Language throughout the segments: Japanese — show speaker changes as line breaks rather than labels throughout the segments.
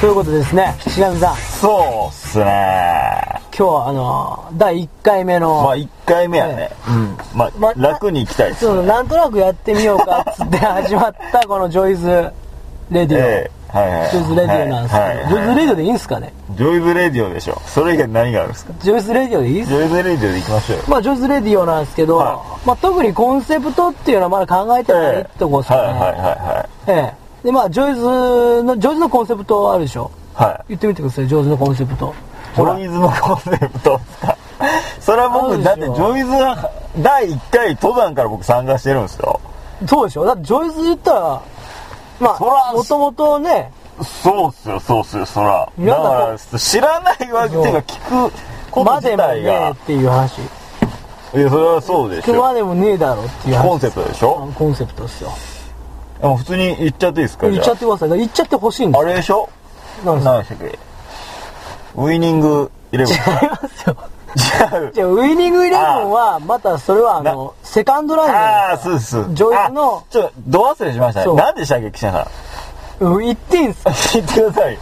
ということでですね七神さん
そうっすね
今日はあの第1回目の、
まあ1回目やね、うんま
ま
あ楽に行きたいっす
そのなんとなくやってみよう かっつって始まったこのジョイズレディオ、
ええはいはい
ジョイズレディオなんですけど、
はいはい
ジョイズレディオでいいんですかね
ジョイズレディオでしょそれ以外何があるんですか
ジョイズレディオでいいっす
ジョイズレディオで行きましょうよ
まあジョイズレディオなんですけど、
は
まあ、特にコンセプトっていうのはまだ考えてないってとこです
はい
か
は
ね、
いは
ええでまあジョイズのジョイズのコンセプトあるでしょ
いはいはい
言ってみてくださいジョイズのコンセプト
ジ
ほら
ョイズのコンセプトですか それは
あるで
僕
しょ
だってジョイズは第1回登山から僕参加してるんですよ
そうでしょだってジョイズ言ったらま
そら
あもともとね
そうっすよそうっすよそらだ
嫌だ
から知らないわけっていうか聞くこと
ま
自
でも
体
ねえ
が
っていう話
いやそれはそうでしょ
までもねえだろっていう話
コンセプトでしょ
コンセプトですよ
でも普通に言っちゃっていいですかじ
言
ゃ
っ
あ
ちゃってくださいだから言っちゃってほしいんで
あれでしょ
すなんですか
何でしたっけウイニングイレブン
違いますよ
違う
じゃあウイニングイレブンはまたそれはあのセカンドライン
あ
な
あ
ん
そうですそうです
ジョイズの
あちょっとど忘れしました
そ
ね
う
何でしたっけ岸田さ
うん言っていいんです
ん 聞いてください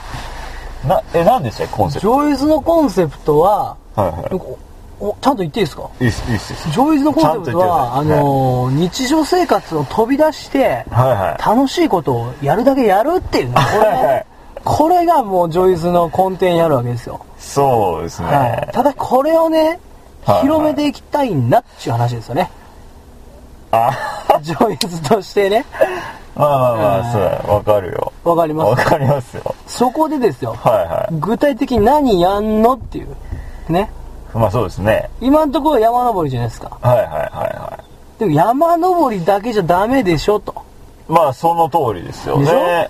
なえ何でしたっけコンセプ
ジョイズのコンセプトは
トはいは
おおちゃんと言っていいですか
いいいっすいいっすいいっす
ジョイズのコンセプトは、あ
ちゃんと言ってください
のー日常生活を飛び出して、
はいはい
楽しいことをやるだけやるっていうねこれ
はいはい
これがもうジョイズの根底にあるわけですよ、
そうですね、
はいただこれをね
はいはい
広めていきたいんだっていう話ですよね、
あ
ジョイズとしてね
まあまあまあそうだわかるよ
わかりま
わ
す
かりますよ
そこでですよ
はいは
具体的に何やんのっていうね
いまあそうですね
今のところ山登りじゃないですか
はいはいはいはい
でも山登りだけじゃダメでしょと
まあその通りですよ
でしょ
ね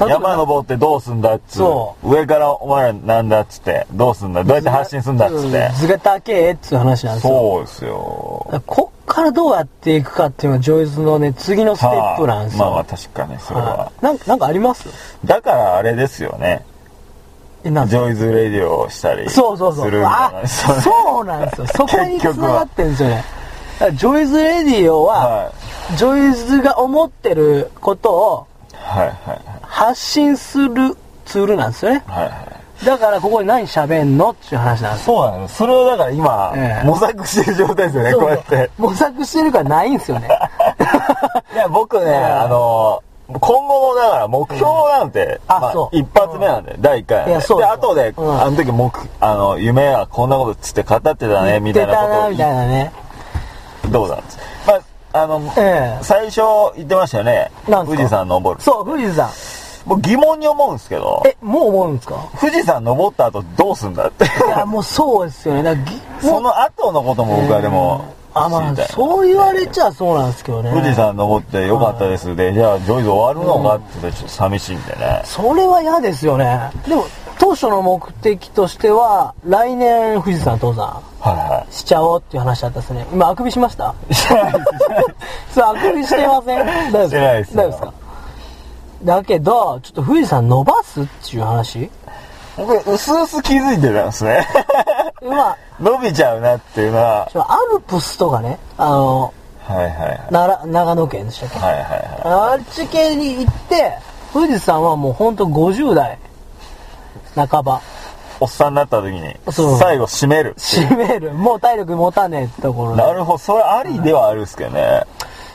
例えば
山登ってどうすんだっつ
そ
上からお前らなんだっつってどうすんだどうやって発信すんだっつって
図が高えっつう話なんですよ
そうですよ
だからこっからどうやっていくかっていうのはジョイズのね次のステップなんですよ、
はあまあまあ確かにそれ
は
はい
なんかなんかあります
だからあれですよね
えなん
ジョイズレディオをしたりする
そ
ん
う
じ
そうそう
ゃない
あ
ですかね
そうなん ですよそこに
結
繋
局は
がってるんですよねだからジョイズレディオは、
は
ジョイズが思ってることを
いはいはい
発信するツールなんですよね
はいはい
だからここに何喋んのっていう話なんですよ
そうなんですそれをだから今、
ええ
模索してる状態ですよねこうやって
模索してるからないんですよね
いや僕ね、あの今後もだから目標なんて、
あそう
一発目なんで、第一回なんで
いやそう
で
そう
後で、
うん
あの時目あの夢はこんなことつって語ってた ね
言
み
った
い
て
な
た
こと
な
を
みたいなね
どうだっつまああの、
ええ
最初言ってましたよね
なんすか
富士山登る
そう富士山
僕疑問に思うんですけど
えもう思うんですか
富士山登った後どうすんだって
い やもうそうですよねだからぎ
その後のことも僕はでも知
あ
り
まあ
たい、
そう言われちゃそうなんですけどね
富士山登ってよかったですで、じゃあジョイズ終わるのかって言ったらちょっと寂しいんでね、
それは嫌ですよねでも当初の目的としては来年富士山登山
はいはい
しちゃおうっていう話だったですね今あくびしました
してないですしてないです
そうあくびしてません大
してないです
大丈
よ
夫ですかだけどちょっと富士山伸ばすっていう話
僕、うすうす気づいてたんですね。
まあ
伸びちゃうなっていうのは。
ちょアルプスとかねあの
はいはいはい。
なら長野県でしたっけ
はいはいは
あっち系に行って富士山はもうほんと50代半ば
い。おっさんになった時に
そう、
最後締めるっていう。
閉めるもう体力持たねえってところで
なるほど。それありではあるんですけどね。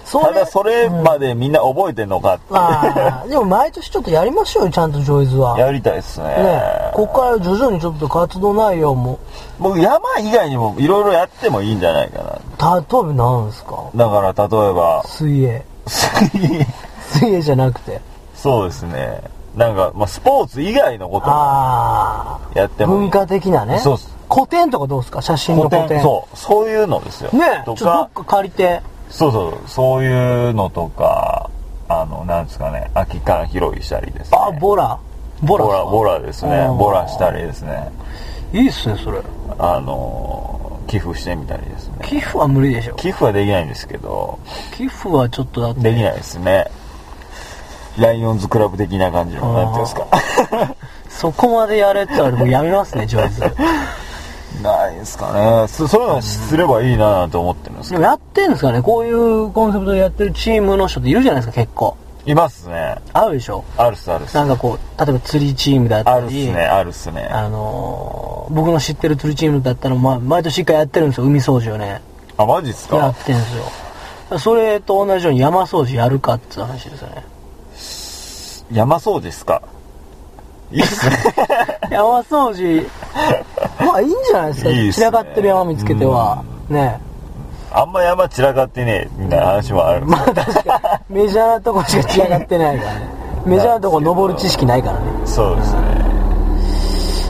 そ
た
れ
だそれまでみんな覚えてんのかって
まあでも毎年ちょっとやりましょうよちゃんとジョイズはね
やりたいですね。
こっから徐々にちょっと活動内容も
僕、山以外にもいろいろやってもいいんじゃないかな。
例えばなんですか
だから、例えば、
水泳
水泳
水泳じゃなくて
そうですね。なんか、まあ、スポーツ以外のことも
ああ
やってもい
文
い。
化的なね
そうっす
古典とかどうですか写真の
古
古典
典。そう。そういうのですよ。
ねえちょ
と
っとど
か
っ、か借りて
そうそうそういうのとかあのなんですかね空き缶拾いしたりですね
あボラボラ
ボラボラですね
あー
ボラしたりですね
いいっすねそれ
あの寄付してみたりですね
寄付は無理でしょ
寄付はできないんですけど
寄付はちょっとだって
できないですねライオンズクラブ的な感じのなんていうんですか
そこまでやれって言われてもうやめますねジ ョイズ
ないですかねそそういうのすればいいなと思ってるんです
で
け
も
ど
やってんですかねこういうコンセプトでやってるチームの人っているじゃないですか結構
いますね。
あるでしょ
あるっす、あるっす
な。んかこう例えば釣りチームだった
あるっ
り
すね、あるっすね。
あのー僕の知ってる釣りチームだったの、まあ、毎年一回やってるんですよ海掃除をね
あ、マジっす
や
か
ってんですよそれと同じように山掃除やるかって話ですよね
山掃除っすかいいっすね。
山掃除まあいいんじゃないですか
いいっすね
散らかってる山見つけてはね
あんま山散らかってねえ、みたいな話もある。
まあ確かにメジャーなとこしか散らかってないからねメジャーなとこ登る知識ないからね
そうです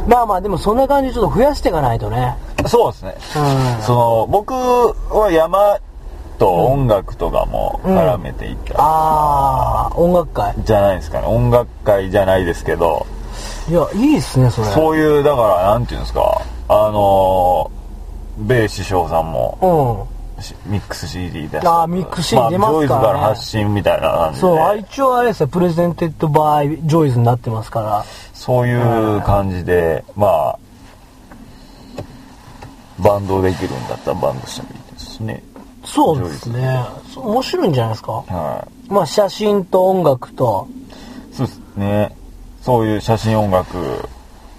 ね。
まあまあでもそんな感じでちょっと増やしていかないとね
そうですね。
うん
その、僕は山と音楽とかも絡めていった。
ああ音楽会
じゃないですかね。音楽会じゃないですけど、
いやいいっすねそれ
そういう、だから、なんていうんですか、あのー、米師匠さんも、
うん
しミックス CD 出して。
あーミックス CD 出ますからね
ジョイズから発信みたいな感じで。
そう、あ一応あれですよ、プレゼンテッドバイジョイズになってますから。
そういう感じで、まあ、バンドできるんだったらバンドしたらいいですしね。
そうですね。そう面白いんじゃないですか。
は
まあ、写真と音楽と、
い。そうですね。そういう写真音楽、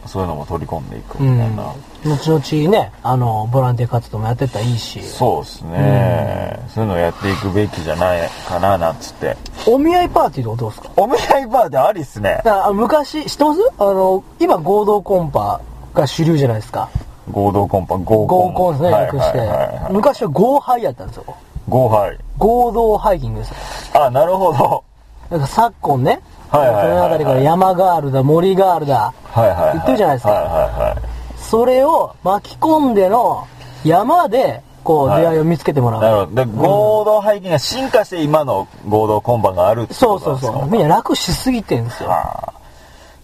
そういうのも取り込んでいく
う
みた
ん
いな。。
後々ね、あの、ボランティア活動もやってったらいいし。
そうですね、そういうのをやっていくべきじゃないかな、なんつって。
お見合いパーティーとかどうですか
お見合いバーでありっすね。
だからあ昔、知ってますあの、今合同コンパが主流じゃないですか。
合同コンパ、合コ
合
ン。
コンですね、
はい
略して
はいはいはい。
昔は合杯やったんですよ。
合杯。
合同ハイキングですよ。
あ、なるほど。
なんか昨今ね、こ
はいはいはいはい
の辺りから山ガールだ、森ガールだ、
はいはい、はい。
言ってるじゃないですか
はいはいはい。
それを巻き込んでの山で、こう、
はい
出会いを見つけてもらう。
なるほど。で、合同背景が進化して今の合同コンパがあるって
そ
こ
うそ
と
う
なんですか
そう。みんな楽しすぎてんですよ。
あー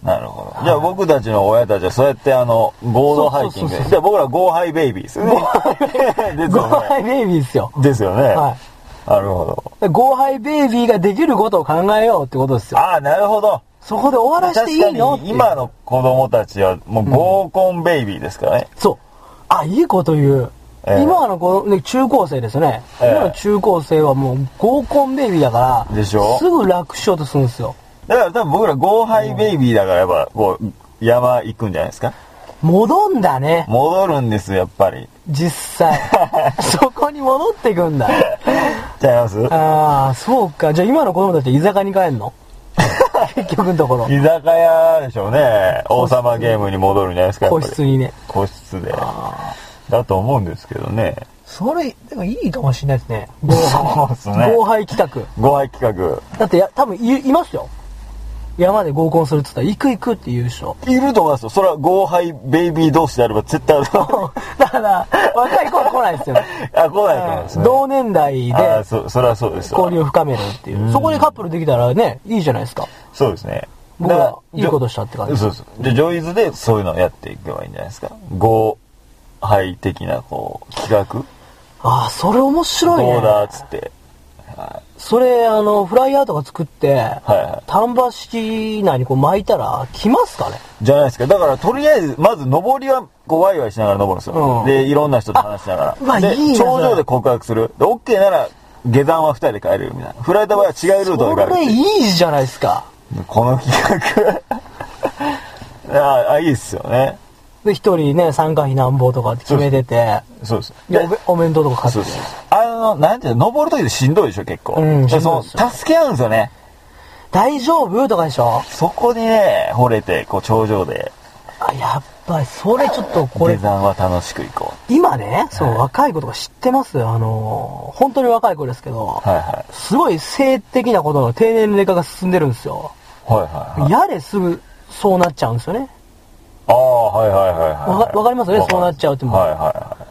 なるほど。じゃあ僕たちの親たちはそうやってあの、合同ハイキン
そ
グ
うそうそうそ
で。
う
じゃあ僕ら合ハイベイビーですよね。です
ゴー
よ
ハイベイビーですよ。
ね。 ですよね。
は
なるほど。
ゴーハイベイビーができることを考えようってことですよ。
ああ、なるほど。
そこで終わらして
確
い
か
いの
に今。の子供たちはもう合コンベイビーですからね。
そう。あ、いいこと言う。
ええ
今の子、ね、中高生ですよね。
ええ
今の中高生はもう合コンベイビーだから、
でしょ
すぐ楽勝とするんですよ。
だから多分僕ら合ハイベイビーだからやっぱこう、山行くんじゃないですか
戻んだね。
戻るんですよ、やっぱり。
実 際そこに戻ってくんだ
ちゃいます
ああそうかじゃあ今の子供たち居酒屋に帰んの結局のところ
居酒屋でしょうね。王様ゲームに戻るんじゃないですか、やっ
個
ぱり
室。にね
個室で。だと思うんですけどね。
それでもいいかもしれないですね
そうですね
合廃企
ご愛企画。
画だってや多分いいますよ山で合コンするっつったら行く行くって言う人
いると思いますよ。それは合杯ベイビー同士であれば絶対ある。
だから若い子は来ないですよ
あ、来ないと思いますね。
同年代
あ
で
そ、それはそうですわ
交流を深めるっていうそこでカップルできたらねいいじゃないですか
そうですね。
僕ら
だから
いいことしたって感じ
そうそう。で、ジョイズでそういうのをやっていけばいいんじゃないですか。合杯的な、こう、企画。
ああそれ面白いね
どうだっつって。
それあのフライヤーとか作って、
はいはい
丹波式内にこう巻いたら来ますかね
じゃないですか。だから、とりあえず、まず、上りは、こう、ワイワイしながら登るんですよ。
うん
で、いろんな人と話しなが
あうわ
ら。で、
いいなそれ
頂上で告白する。で、OK なら、下山は二人で帰れるみたいな。振られた場合は違うルート
こ
で帰る
れ
っていう。
いいじゃないですか
この企画 あ。あ、いいっすよね。
で一人ね参加費なんぼとかって決めてて
そうです。
で
で
おべお弁当とか買っ
そ
て
うです。あの、なんていうの、登るときでしんどいでしょ、結構。
うん
で
しんどい
そ
っ
う、
すよ
助け合うんですよね。
大丈夫とかでしょ
そこにね、惚れて、こう、頂上で、
あやっぱりそれちょっとこ
下
れ
山は楽しく行こ
今ねその若い子とか知ってますあの本当に若い子ですけど、
う。はいはい。
すごい性的なことの低年齢化が進んでるんですよ
はいはいはい。
やれすぐそうなっちゃうんですよね
ああ、はいはいはいはい。
わかわかりますよね
わか
そうなっちゃうってもう
はいはいはい。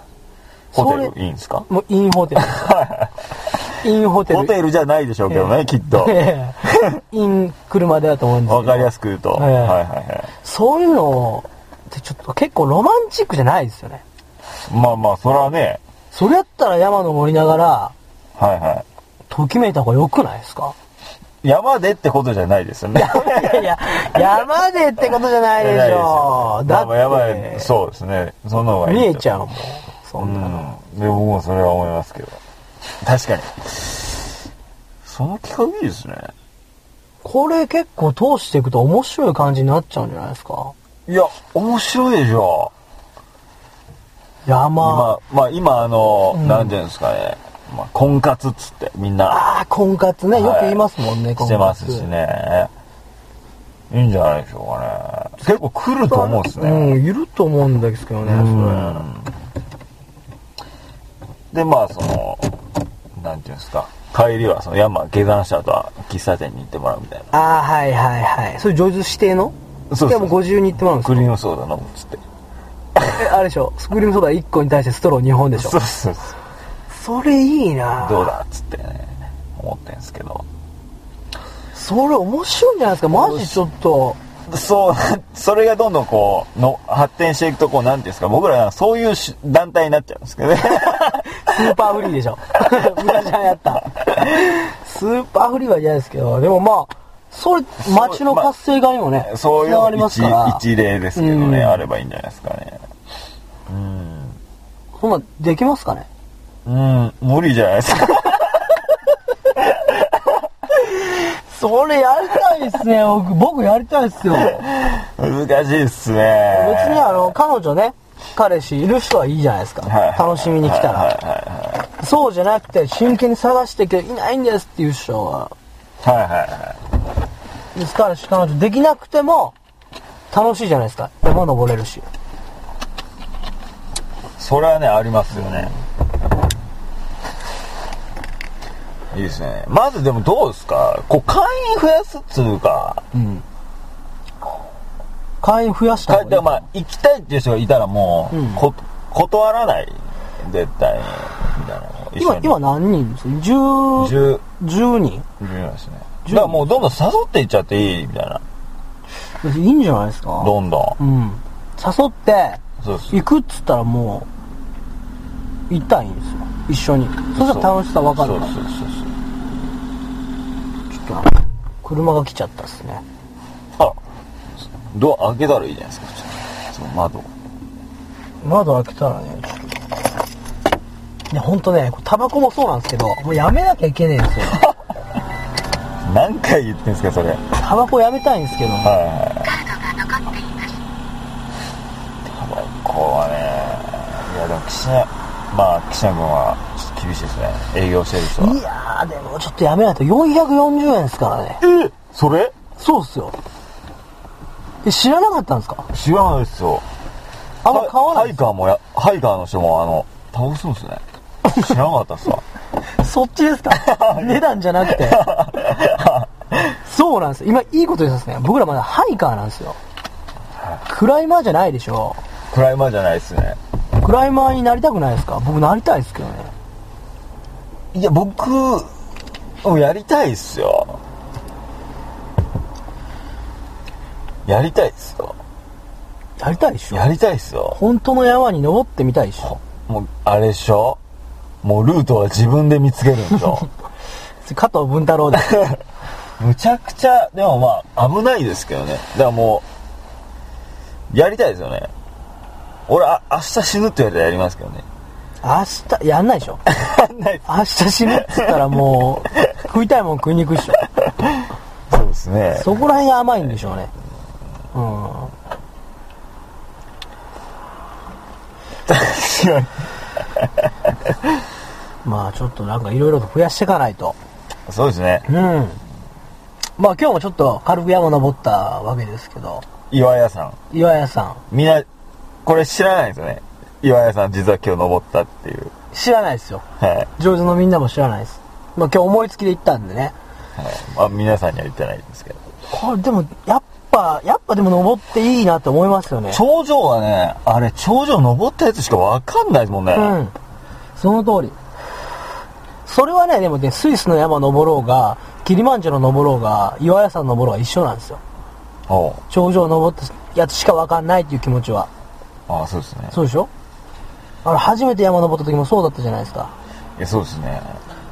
ホテ
そ
ルいいんですか
もうインホテルですよインホテル
ホテルじゃないでしょうけど
え
ね、きっと。
ええ イン車でだと思うんですけど
わかりやすく言うと。
ええ
はいはいは
そういうのってちょっと結構ロマンチックじゃないですよね
い。まあまあ、それはね、
それやったら山登りながら
はいは
ときめいた方が良くないです か
い。山でってことじゃないですよね。
いやいや山でってことじゃないでしょ
だって。やば
だ
い、
っ
そうですね。その方
て
がいい。
見えち
ゃ
ゃうもんそんなの
うん。で、僕もそれは思いますけど。確かに。その企画いいですね。
これ結構通していくと面白い感じになっちゃうんじゃないですか
いや、面白いでしょ。
山。
今、まあ今、あの、なんていうんですかね。まあ、婚活っつって、みんな
ああ、婚活ね。よく言いますもんね、
はい
婚活。
してますしね。いいんじゃないでしょうかね。結構来ると思うんですね。
うん、いると思うんですけどね、そ
でまあそのなんていうんですか帰りはその山下山した後は喫茶店に行ってもらうみたい
れ。ああ、はいはいはい。それ上手指定の
そうそう
でも50に行ってもらうん
な
です
クリームソーダ飲むっつって
かえあれでしょ。スクリームソーダ1個に対してストロー2本でしょ
そ。うそうそ
そ
う
れいいな
どうだっつってね思ってんすけど
それ面白いんじゃないですか。マジちょっと。
そうそれがどんどんこうの発展していくとこうなんていうんですか僕らはそういうし団体になっちゃうんですけど ね
スーパーフリーでしょ。 昔流行った。スーパーフリーは嫌ですけど、でもまあ、それ、街の活性化にもね、
そういう
つながり
の
ます
一
から。
一例ですけどね、
うん
あればいいんじゃないですかね
そんなんできますかね
うん無理じゃないですか
それやりたいっすね、僕。僕やりたいっす よ。
難しいっすね
別にあの、彼女ね、彼氏いる人はいいじゃないですか。
はいはい
楽しみに来た
はい
ら。そうじゃなくて、真剣に探してけどいないんですっていう人は、
はいはいはいはい
彼氏彼女できなくても、楽しいじゃないですか。山登れるし。
それはねありますよね、いいですねまずでもどうですかこう会員増やすっつうか
会員増やした方
か
が
で
いい。
まあ行きたいっていう人がいたらもう、
うん
こ断らない絶対にみたいな一緒
今、
に
今何人です ?10、
10
10人
10ですね
10
だからもうどんどん誘っていっちゃっていいみたいない
いんじゃないですか
どんど
うん。誘って、
んそうです
行くっつったらもう、行ったらいいんですよ。一緒に。そしたら楽しさ分かる
そ
か
う
ら。
そうそうそう
ちょっと車が来ちゃったっすね。
あらドア開けたらいいじゃないですかその窓
窓開けたらね、ちょっと。いや、ほんとね、これタバコもそうなんですけど、もうやめなきゃいけねえん ですよ。
何回言ってんですかそれはい
タバコやめたいんですけど、
はいはい
残っています。
ここはね、いやでも岸谷、まあ岸谷君はちょっと厳しいですね。営業してる人
いやー、でもちょっとやめないと440円ですからね。
は。えそれ
そうっすよ。え、知らなかったんですか
知らないですよ。
あんま買わな
ハイ
い。
カーもや、ハイカーの人もあの、倒すんですね。知らなかったっすわ。
そっちですか値段じゃなくて。そうなんですよ。今いいこと言ってますね。僕らまだハイカーなんですよ。クライマーじゃないでしょ。
クライマーじゃないですね。
クライマーになりたくないですか僕なりたいですけどね。
いや、僕、もうやりたいっすよ。やりたいっすよ。
やりたいでしょ
やりたいっすよ。
本当の山に登ってみたいでしょ
もう、あれでしょもうルートは自分で見つけるんでしょ
加藤文太郎だ
むちゃくちゃでもまあ危ないですけどねだからもうやりたいですよね俺あ明日死ぬって言われたらやりますけどね
明日やんないでしょ
やんない
明日死ぬっつったらもう食いたいもん食いに行くでしょ
そうですね
そこら辺が甘いんでしょうねうん
確かに
まあちょっとなんかいろいろと増やしていかないと
そうですね
うんまあ今日もちょっと軽く山登ったわけですけど
岩屋さん
岩屋さん
みんなこれ知らないですよね岩屋さん実は今日登ったっていう
知らないですよ
はい、はい
上手のみんなも知らないですまあ今日思いつきで行ったんでね
まあ、皆さんには言ってないですけど
これでもやっぱやっぱでも登っていいなって思いますよね
頂上はねあれ頂上登ったやつしか分かんないですもんね、
うん。その通り。それはね、でもね、スイスの山登ろうが、キリマンジャロ登ろうが、岩屋山登ろうが一緒なんですよ。
おう
頂上登ったやつしかわかんないっていう気持ちは。
ああそうですね
そうでしょあの、初めて山登った時もそうだったじゃないですか。
いやそうですね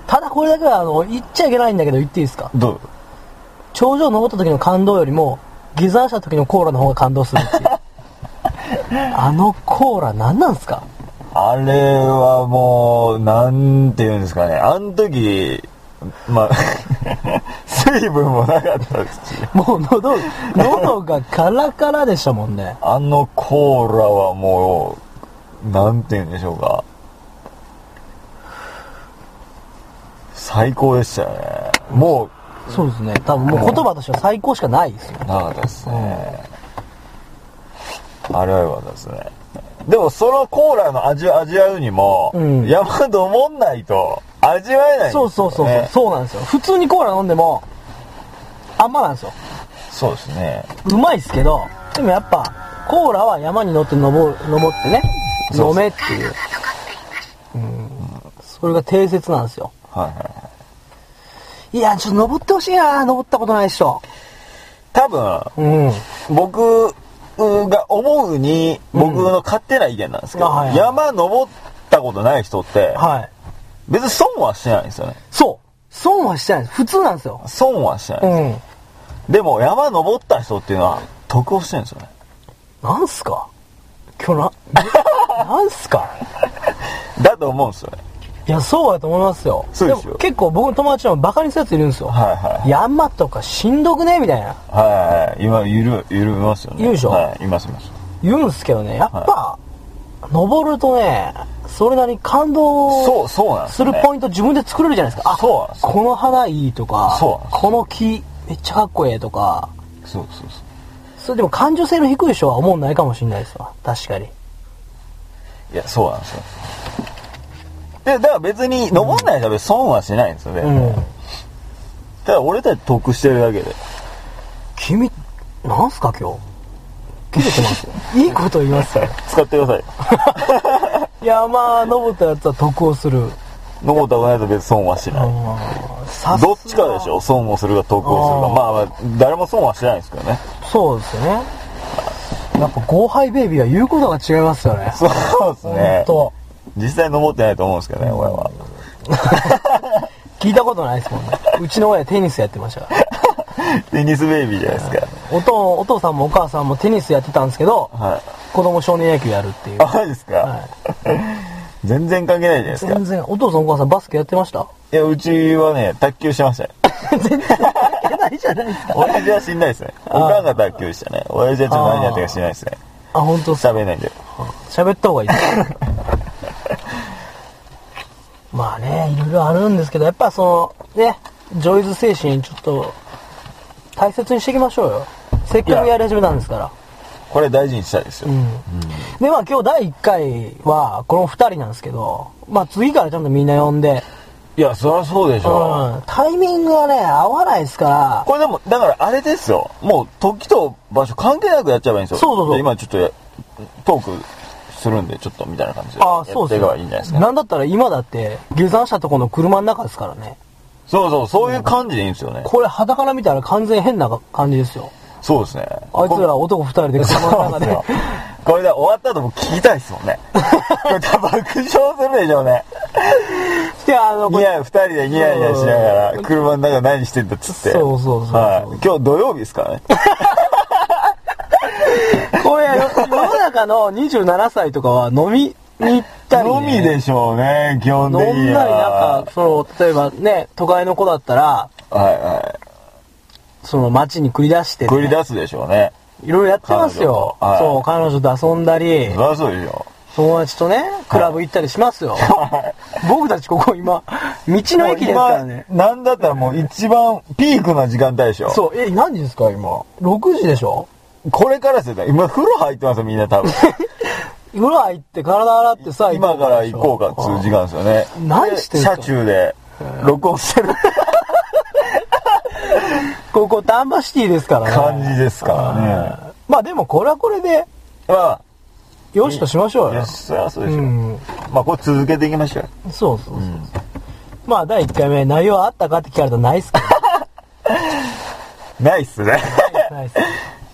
ただこれだけは、あの、言っちゃいけないんだけど言っていいですか
どう
頂上登った時の感動よりも、下山した時のコーラの方が感動するって いう。あのコーラ何なんすか
あれはもう、なんていうんですかね。あの時、まあ、ス 水分もなかったですし
もう喉、喉がカラカラでしたもんね。
あのコーラはもう、なんて言うんでしょうか。最高でしたよね。も
そうですね。多分もう言葉としては最高しかないですよ
う、。なかったですね。あれは良かったですね。でもそのコーラの味を味わうにも、
うん
山ともんないと味わえないんですよ、
そう
ね。
そうそうそう、そうなんですよ。普通にコーラ飲んでも、あんまなんですよ。
そうですね。
うまいですけど、でもやっぱ、コーラは山に乗って登る、登ってね、
そうそう
飲めっていう。うん。それが定説なんですよ。
はいはいはい。
いや、ちょっと登ってほしいな登ったことないでしょ。
多分、
うん。
僕が思うに、僕の勝手な意見なんですけど、
うんあはいはい
山登ったことない人って、
はい。
別に損はしてないんですよね。
そう。損はしてないです。普通なんですよ。
損はしてないん
う
です、
ん。
でも山登った人っていうのは、得をしてるんですよね。
なんすか今日 な、なんすか
だと思うんですよね。
いや、そうだと思いますよ。
そうですよ
も結構僕の友達でもバカにするやついるんですよ。
はいはい
山とかしんどくねみたいな。
はいはい。今、ゆる、ゆるいますよね。
いるでしょ
はい、いますいます。
言うんすけどね、やっぱ、登るとね、それなりに感動
そう、そうなんですす、ね。
るポイント自分で作れるじゃないですか。あ、
そうなんですよ
この花いいとか、
そうなんですよ
この木めっちゃかっこええとか、
そうそうそう。
それでも感情性の低い人は思うないかもしれないですわ。確かに。
いや、そうなんですよ。で、だから別に、登んない人は別に損はしないんですよね。
うん。
ただ俺たち得してるだけで。
君、なんすか今日切れてますよ。 いいこと言いますよ。
使ってください。
いや、まあ、登ったやつは得をする。
登ったことないと別に損はしない。
さすが
どっちかでしょ損をするか得をするか。まあ、まあ、誰も損はしてないですけどね。
そうですよね。やっぱ、ゴーハイベイビーは言うことが違いますよね。
そうですね。
本
実際登ってないと思うんですけどね、俺は。
聞いたことないですもんね。うちの親テニスやってましたから。
テニスベイビーじゃないですか。
お父お父さんもお母さんもテニスやってたんですけど、
はい。
子供少年野球やるっていう。
あ、マジですか、
は
全然関係ないじゃないですか。
全然、お父さんお母さんバスケやってました
いや、うちはね、卓球してましたよ。
全然関係ないじゃないですか。
親父は死んないです ね。おかんが卓球でしたね。親父はちょっと何やってるか知らないですね。
あ、本当
喋れないんで。
喋った方がいい ですまあねいろいろあるんですけどやっぱそのねジョイズ精神ちょっと大切にしていきましょうよせっかくやり始めたんですから
これ大事にしたいですよ。
でまあ今日第1回はこの2人なんですけどまあ次からちゃんとみんな呼んで、
いや、そりゃそうでし
う
ょ。
ん、タイミングがね合わないですから
これでも、だからあれですよ。もう時と場所関係なくやっちゃえばいいんですよ。
そうそうそう
で今ちょっとやトークするんで、ちょっとみたいな感じで。
ああそうですよ
やっていけばいいんじゃないですか。
なんだったら今だって下山したところの車の中ですからね
そうそう、そういう感じでいいんですよね。
これ裸から見たら完全変な感じですよ
そうですね。
あいつら
こ
男2人で車の
そう
中
です
で
よ。 これで終わった後も聞きたいですもんね。これ多分爆笑するでしょうね。
であのこ
ニ
れ
ヤ、二人でニヤニヤしなが ら、車の中何してんだっつって。
そうそうそう
はい。今日土曜日ですからね。
これ世の中の27歳とかは飲みに行ったり、ね、
のみでしょうね、基本
飲ん
的
だり
に
なん
は。
かその例えばね都会の子だったら
はいは
その街に繰り出して
い。
ね、
繰り出すでしょうね。
いろいろやってますよ、
彼女とはい
そう彼女と遊んだり
そりゃそうでし ょう。
友達とねクラブ行ったりしますよ、 僕たちここ今道の駅ですからね
今なんだったらもう一番ピークな時間帯でしょ。
そうえ何時ですか今6時でしょ
これからですよ。今風呂入ってますよ、みん な多分。
風呂入って体洗ってさ
今から行こうかっ
つ
つう時間ですよね。
何してんすか
車中で録音してる
ここ丹波シティですからね
感じですからね。
まあでもこれはこれで
ま
よしとしましょう
あ、いや、
よ。
そりゃそうで
う
しょう。
ん。
まあ、これ続けていきましょうよ。
そうそうそう。まあ第1回目、内容あったかって聞かれたらないっすけ
ないっすね。
ど。ないっす。
こ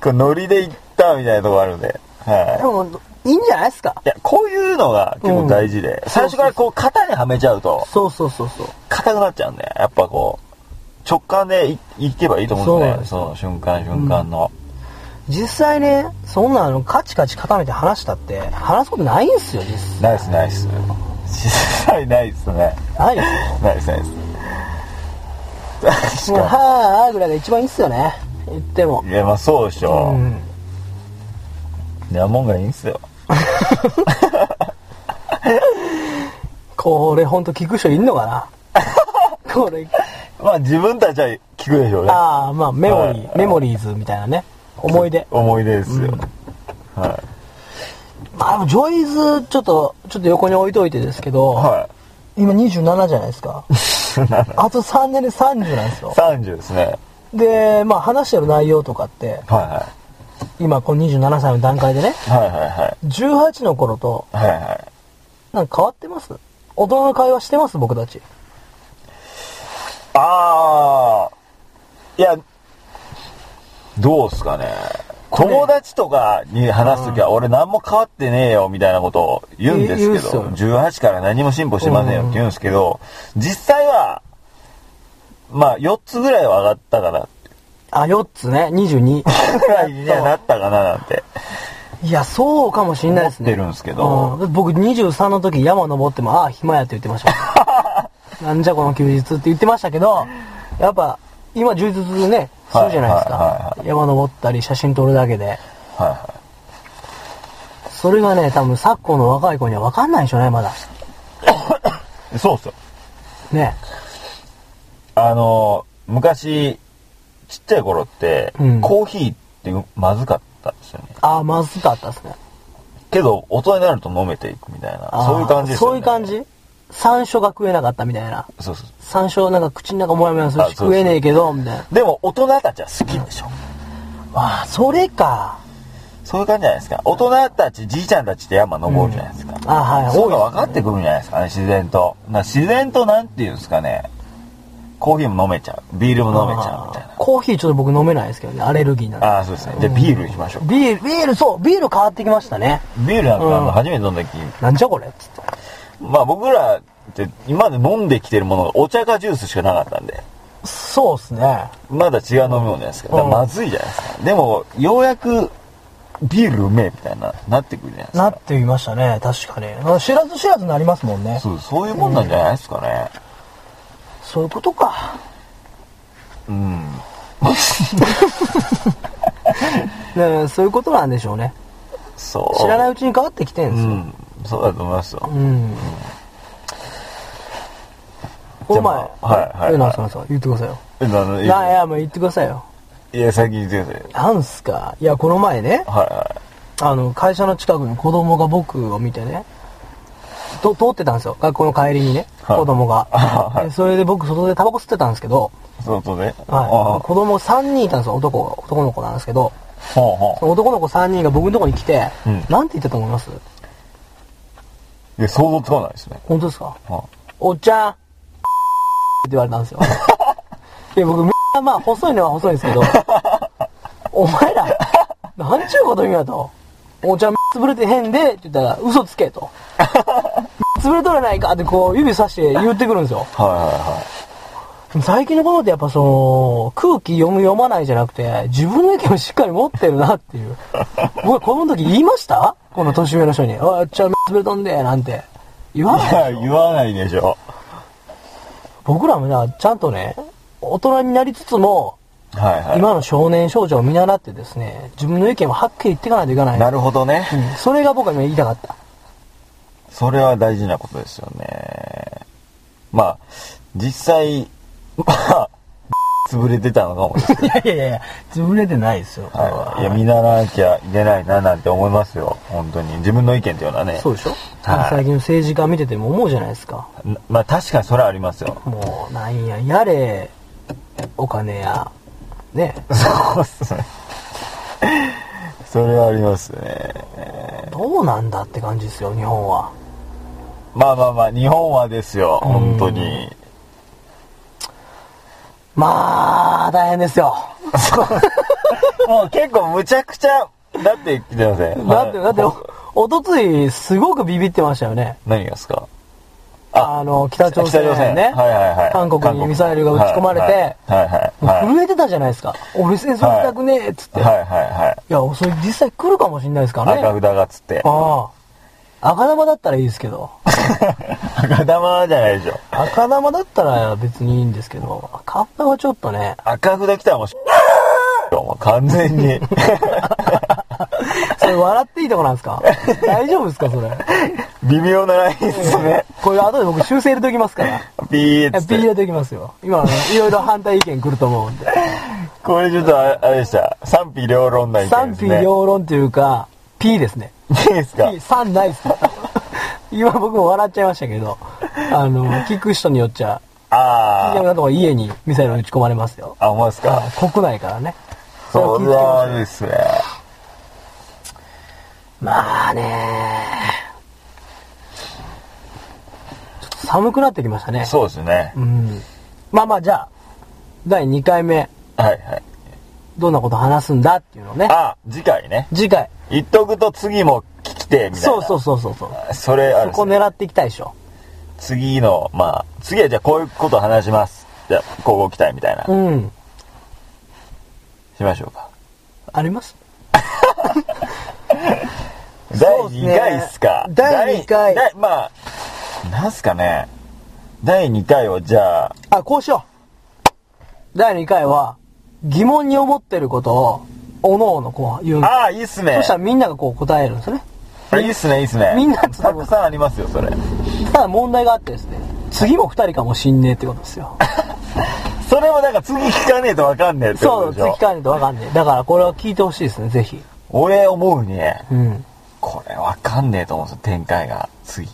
れノリで行ったみたいなとこあるんで。はい
で。も、いいんじゃないっすか
いや、こういうのが結構大事で、
うん
最初からこう型にはめちゃうと、
そうそうそうそう。
硬くなっちゃうんで、やっぱこう、直感でいいけばいいと思うんですね。そ
そう
の瞬間瞬間の。
実際ね、そんなのカチカチ固めて話したって、話すことないんすよ、実際。
ナイスナイス。 実際ないっすね。
ないですよ。
ナイスナイス。
もう
確か
はあぐらいが一番いいっすよね言っても
に。いや、まあそうでし
う
ょ。
ん
いや、もんがいいんすよ。
これほんと聞く人いんの かなこれ
まあ自分たちは聞くでしょうね。
ああまあメモリー、
はい
メモリーズみたいなね思い出
思い出ですよ。
まあでもジョイズちょっとちょっと横に置いといてですけど、
は
今27じゃないです かあと3年で30なんです
い。
よ
30ですね。
でまあ話してる内容とかって
はいは
今この27歳の段階でね
い。はいはいはい。
18の頃と
はいはい。
なんか変わってます大人の会話してます僕たち
ああ、いや、どうっすかね。友達とかに話すときは、俺何も変わってねえよ、みたいなことを言うんです
言う
け
っす
ど、
よ
18から何も進歩してませんよって言うんですけど、実際は、まあ、4つぐらいは上がったかな、
あ4つね22
ぐらいに はなったかな、なんて。
いやそうかもしんないですね
思ってるんですけど
うん僕23の時山登ってもああ暇やって言ってました もんなんじゃこの休日って言ってましたけどやっぱ今充実ねするじゃないですか、
はいはいはい
山登ったり写真撮るだけで
はいは
それがね多分昨今の若い子には分かんないでしょうねまだ
い。そうっすよ。
ね
あの、昔、ちっちゃい頃って、
うん
コーヒーってまずかったんですよね。
ああまずかったですね
けど、大人になると飲めていくみたいな
あ、あ
そういう感じです
そ
よね。
ういう感じ山椒が食えなかったみたいな
そうそう。
山椒なんか口の中もやもやする
あ
し
そうそう
食えねえけどみたいな
でも大人たちは好きでしょ。
ああそれか
そういう感じじゃないですか。大人たち、じいちゃんたちって山登るじゃないですか。
ああはい
そ
多
う
い
が
です
分かってくるんじゃないですかね、自然と。な自然となんていうんですかね。コーヒーも飲めちゃう。ビールも飲めちゃうみたい
あーコーヒーちょっと僕飲めないですけどねアレルギーなんで
な。ああ、そうですね。じゃあビール行きましょう。
ビールビールそうビール変わってきましたね
ビールなんかあ
うん
の初めて飲んだ時、
なんじゃこれっつって
まあ僕らって今まで飲んできてるものがお茶かジュースしかなかったんで。
そうっすね
まだ違う飲み物じゃないですか。だからまずいじゃないですか。でも、ようやく、ビールうめえみたいな、なってくるじゃないですか。
なっていましたね確かにあ知らず知らずになりますもんね
そう、そういうもんなんじゃないですかね。
そういうことか
うん。
ねそういうことなんでしょうね
そう。
知らない
いう
ちに変わってきてるんで
う
すよ
ん。そうだと思いますよ。
うんこの前
じゃあまあはいはい
えなんすかなんすか言ってくださいよ
えあのい
いやい
や
やもう言ってくださいよ
いや、先に言ってください。
なんすかいやこの前ね
はいは
あの会社の近くに子供が僕を見てねと通ってたんですよ学校の帰りにね、
はい
子供が、
はい
でそれで僕外でタバコ吸ってたんですけど、
い。そうとね。
はい、子供3人いたんですよ男が男の子なんですけど
あほうほ
その男の子3人が僕のとこに来て、
うん
なんて言ったと思います
う。いや、想像つかないですね。
本当ですか
は
おっちゃんって言われたん ですよいや僕みんなまあ細いのは細いんですけ どお前らなんちゅうこと言うんやとおっちゃんつぶれてへんでって言ったら嘘つけ とつぶれとれないかってこう指さして言ってくるんですよ
いは
最近のことってやっぱその空気読む読まないじゃなくて自分の意見をしっかり持ってるなって いう僕この時言いましたこの年上の人に「おいおっちゃんつぶれとんで」なんて言わ
い
ない
はい。いや、言わないでしょ。
僕らもな、ちゃんとね、大人になりつつも、
はいはい。
今の少年少女を見習ってですね、自分の意見をはっきり言っていかないといけない。
なるほどね。
うんそれが僕は今言いたかった。
それは大事なことですよね。まあ、実際、 まあ、潰れてたのかもですけ
いやいやいや、潰れてないですよ。
ど、 はい、いや、見習わなきゃいけないななんて思いますよ。本当に。自分の意見っていうのはね。
そうでしょ、
はい
最近の政治家見てても思うじゃないですか。
なまあ確かにそれはありますよ。
もう、なんや、やれ、お金や、ね、
そうっすね。それはありますね。
どうなんだって感じですよ、日本は。
まあまあまあ、日本はですよ、本当に。
まあ、大変ですよ。
もう結構むちゃくちゃ、だって、来てません。
だって、だって
ほ、
おおとつい、すごくビビってましたよね。
何がですか
あの、北朝鮮
北朝鮮
ね、
はいはいはい。
韓国にミサイルが撃ち込まれて、
はいはいはい。
震えてたじゃないですか。俺戦争行きたくねえっつって。
はい
い、
はいはい。
や、それ実際来るかもしれないですから
赤
ね。
札がつって。
ああ。赤玉だったらいいですけど。
赤玉じゃないでしょ。
赤玉だったら別にいいんですけど、赤玉はちょっとね、
赤札来たらもう、もう完全に。
それ笑っていいとこなんですか大丈夫ですかそれ。
微妙なラインですね。
これ後で僕修正入れておきますから。
ピーッつっ
ピー入
て。
れておきますよ。今、いろいろ反対意見来ると思うんで。
これちょっとあれあれでした。賛否両論な意見
賛
です
否
ね。
両論というか、P ですね。
いいですか
P、3ないっす。今僕も笑っちゃいましたけど、あの、聞く人によっちゃ、
あ
い
ー。
なとこ家にミサイル撃ち込まれますよ。
あ、ほんまですか
あ国内からね。
そ
れ
れ
を聞いてきました
はですね。
まあねちょっと寒くなってきましたね。
そうですね。
うん。まあまあ、じゃあ、第2回目、
はいはい。
どんなこと話すんだっていうのをね。
あ、次回ね。
次回。
言っとくと次も聞きて、みたいな。
そうそうそうそうそう。
う。それあ
そ
るっ
こ
すね、
狙っていきたいでしょ。
次の、まあ、次はじゃあこういうこと話します。じゃあ、こうご期待みたいな。
うん。
しましょうか。
あります
第
そうっすね
2回っすか。
第二回
第第まあ、なんすかね。第2回をじゃあ、
あ、こうしよう。第2回は、疑問に思ってることを、おのおのこう言うの。
ああ、いいっすね
そした。らみんながこう答えるんですよね。
あいいっすね、いいっすね。
みんな
たくさんありますよ、それ。
ただ問題があってですね、次も2人かもしんねえってことですよ。
それもなんか次聞かねえとわかんねえってこ
そ
と
う、
でしょ
次。かねえとわかんねえ。だからこれは聞いてほしいですね、ぜひ。
俺思うにね、
うん。
これわかんねえと思うんですよ、展開が。次。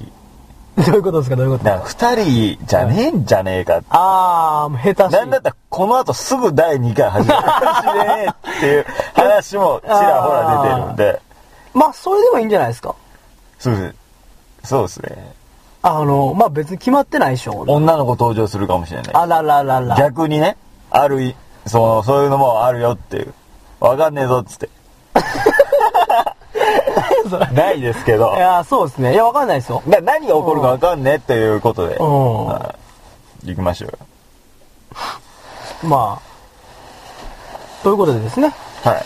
どういうことですか、どういうこと
なんか二人じゃねえんじゃねえかって。
あー、もう下手し
なんだったらこの後すぐ第2回始まるかもしれねえっていう話もちらほら出てるんで。
まあ、それでもいいんじゃないですか。
そうです。そうですね。
あの、まあ別に決まってないでしょ。
女の子登場するかもしれない。
あらららら。
逆にね、あるい、その、そういうのもあるよっていう。わかんねえぞっ つって。ないですけど
い。や、そうですね。いや、わかんないですよ。
な何が起こるかわかんねえっていうことで。
うん
はい行きましょうよ。
まあ、ということでですね、
はい。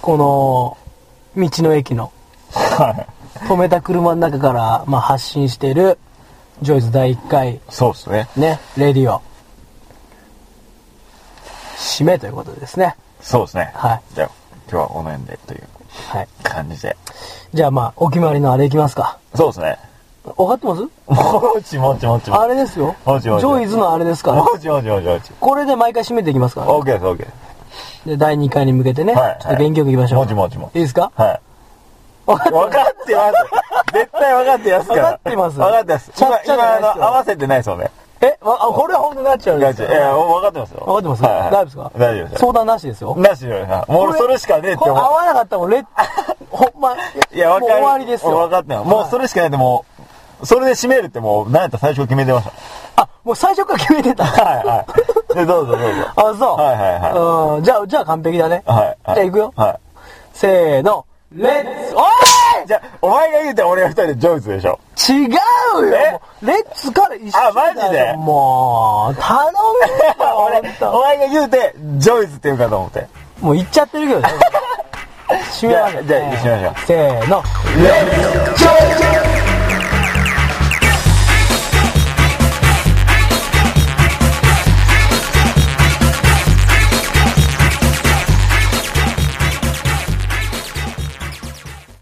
この、道の駅の、止めた車の中から、まあ、発信している、ジョイズ第1回、
そうですね。
ね、レディオ、締めということでですね。
そうですね。
はい
じゃあ、今日はこの辺でという
はい。
感じで。
じゃあまあ、お決まりのあれいきますか。
そうですね。
分かってます
もちもちもちもち。
あれですよ。
もちもち
ジョイズのあれですから。
もちもちもちもち。
これで毎回締めていきますから、
オーケーです、オーケーで
で、第2回に向けてね、
はい。
ちょっと元気よくいきますしょう。
もちもちも
いい
ち。
ですか
はい。
分かっ
分かってます。絶対分かってますから。
分かってます
分かってます。
ちゃ
今
っ、ちゃじゃ
今、
ない
あ
ですよ
の、合わせてないですよね。
え、わあこれは本当になっちゃうん
ガ
で
チ。
す
い
よ。
や、分かってますよ。
分かってます、
はいはい
大丈夫ですか
大丈夫です。
相談なしですよ。
なしじゃないですか。もうそれしかねえって
これ合
思う。
わなかったらも うレッ、ほんま、
いや、分
も
か
う
る。
終わりですよ。
分かってます。もうそれしかないって、もう、それで締めるってもう、なんやったら最初決めてまし
あ、もう最初から決めてた。
た。は いはい。で、どうぞどうぞ。
あ、そう。
はいはい
い。うん、じゃあ、じゃあ完璧だね。
はい。はい
じゃあ行くよ。
は
せーの。レッツ、お
い。じゃあ、お前が言うて俺が二人でジョイズでしょ。
ーい違うよ
え
もうレッツから一緒だよ
あマジで
もう、頼むよ
俺、
ほん
お
と
前が言うて、ジョイズって言うかと思って。
もう行っちゃってるけどね。締めましょう。
じゃあじゃあ行きましょう
せーの。
ジョイズ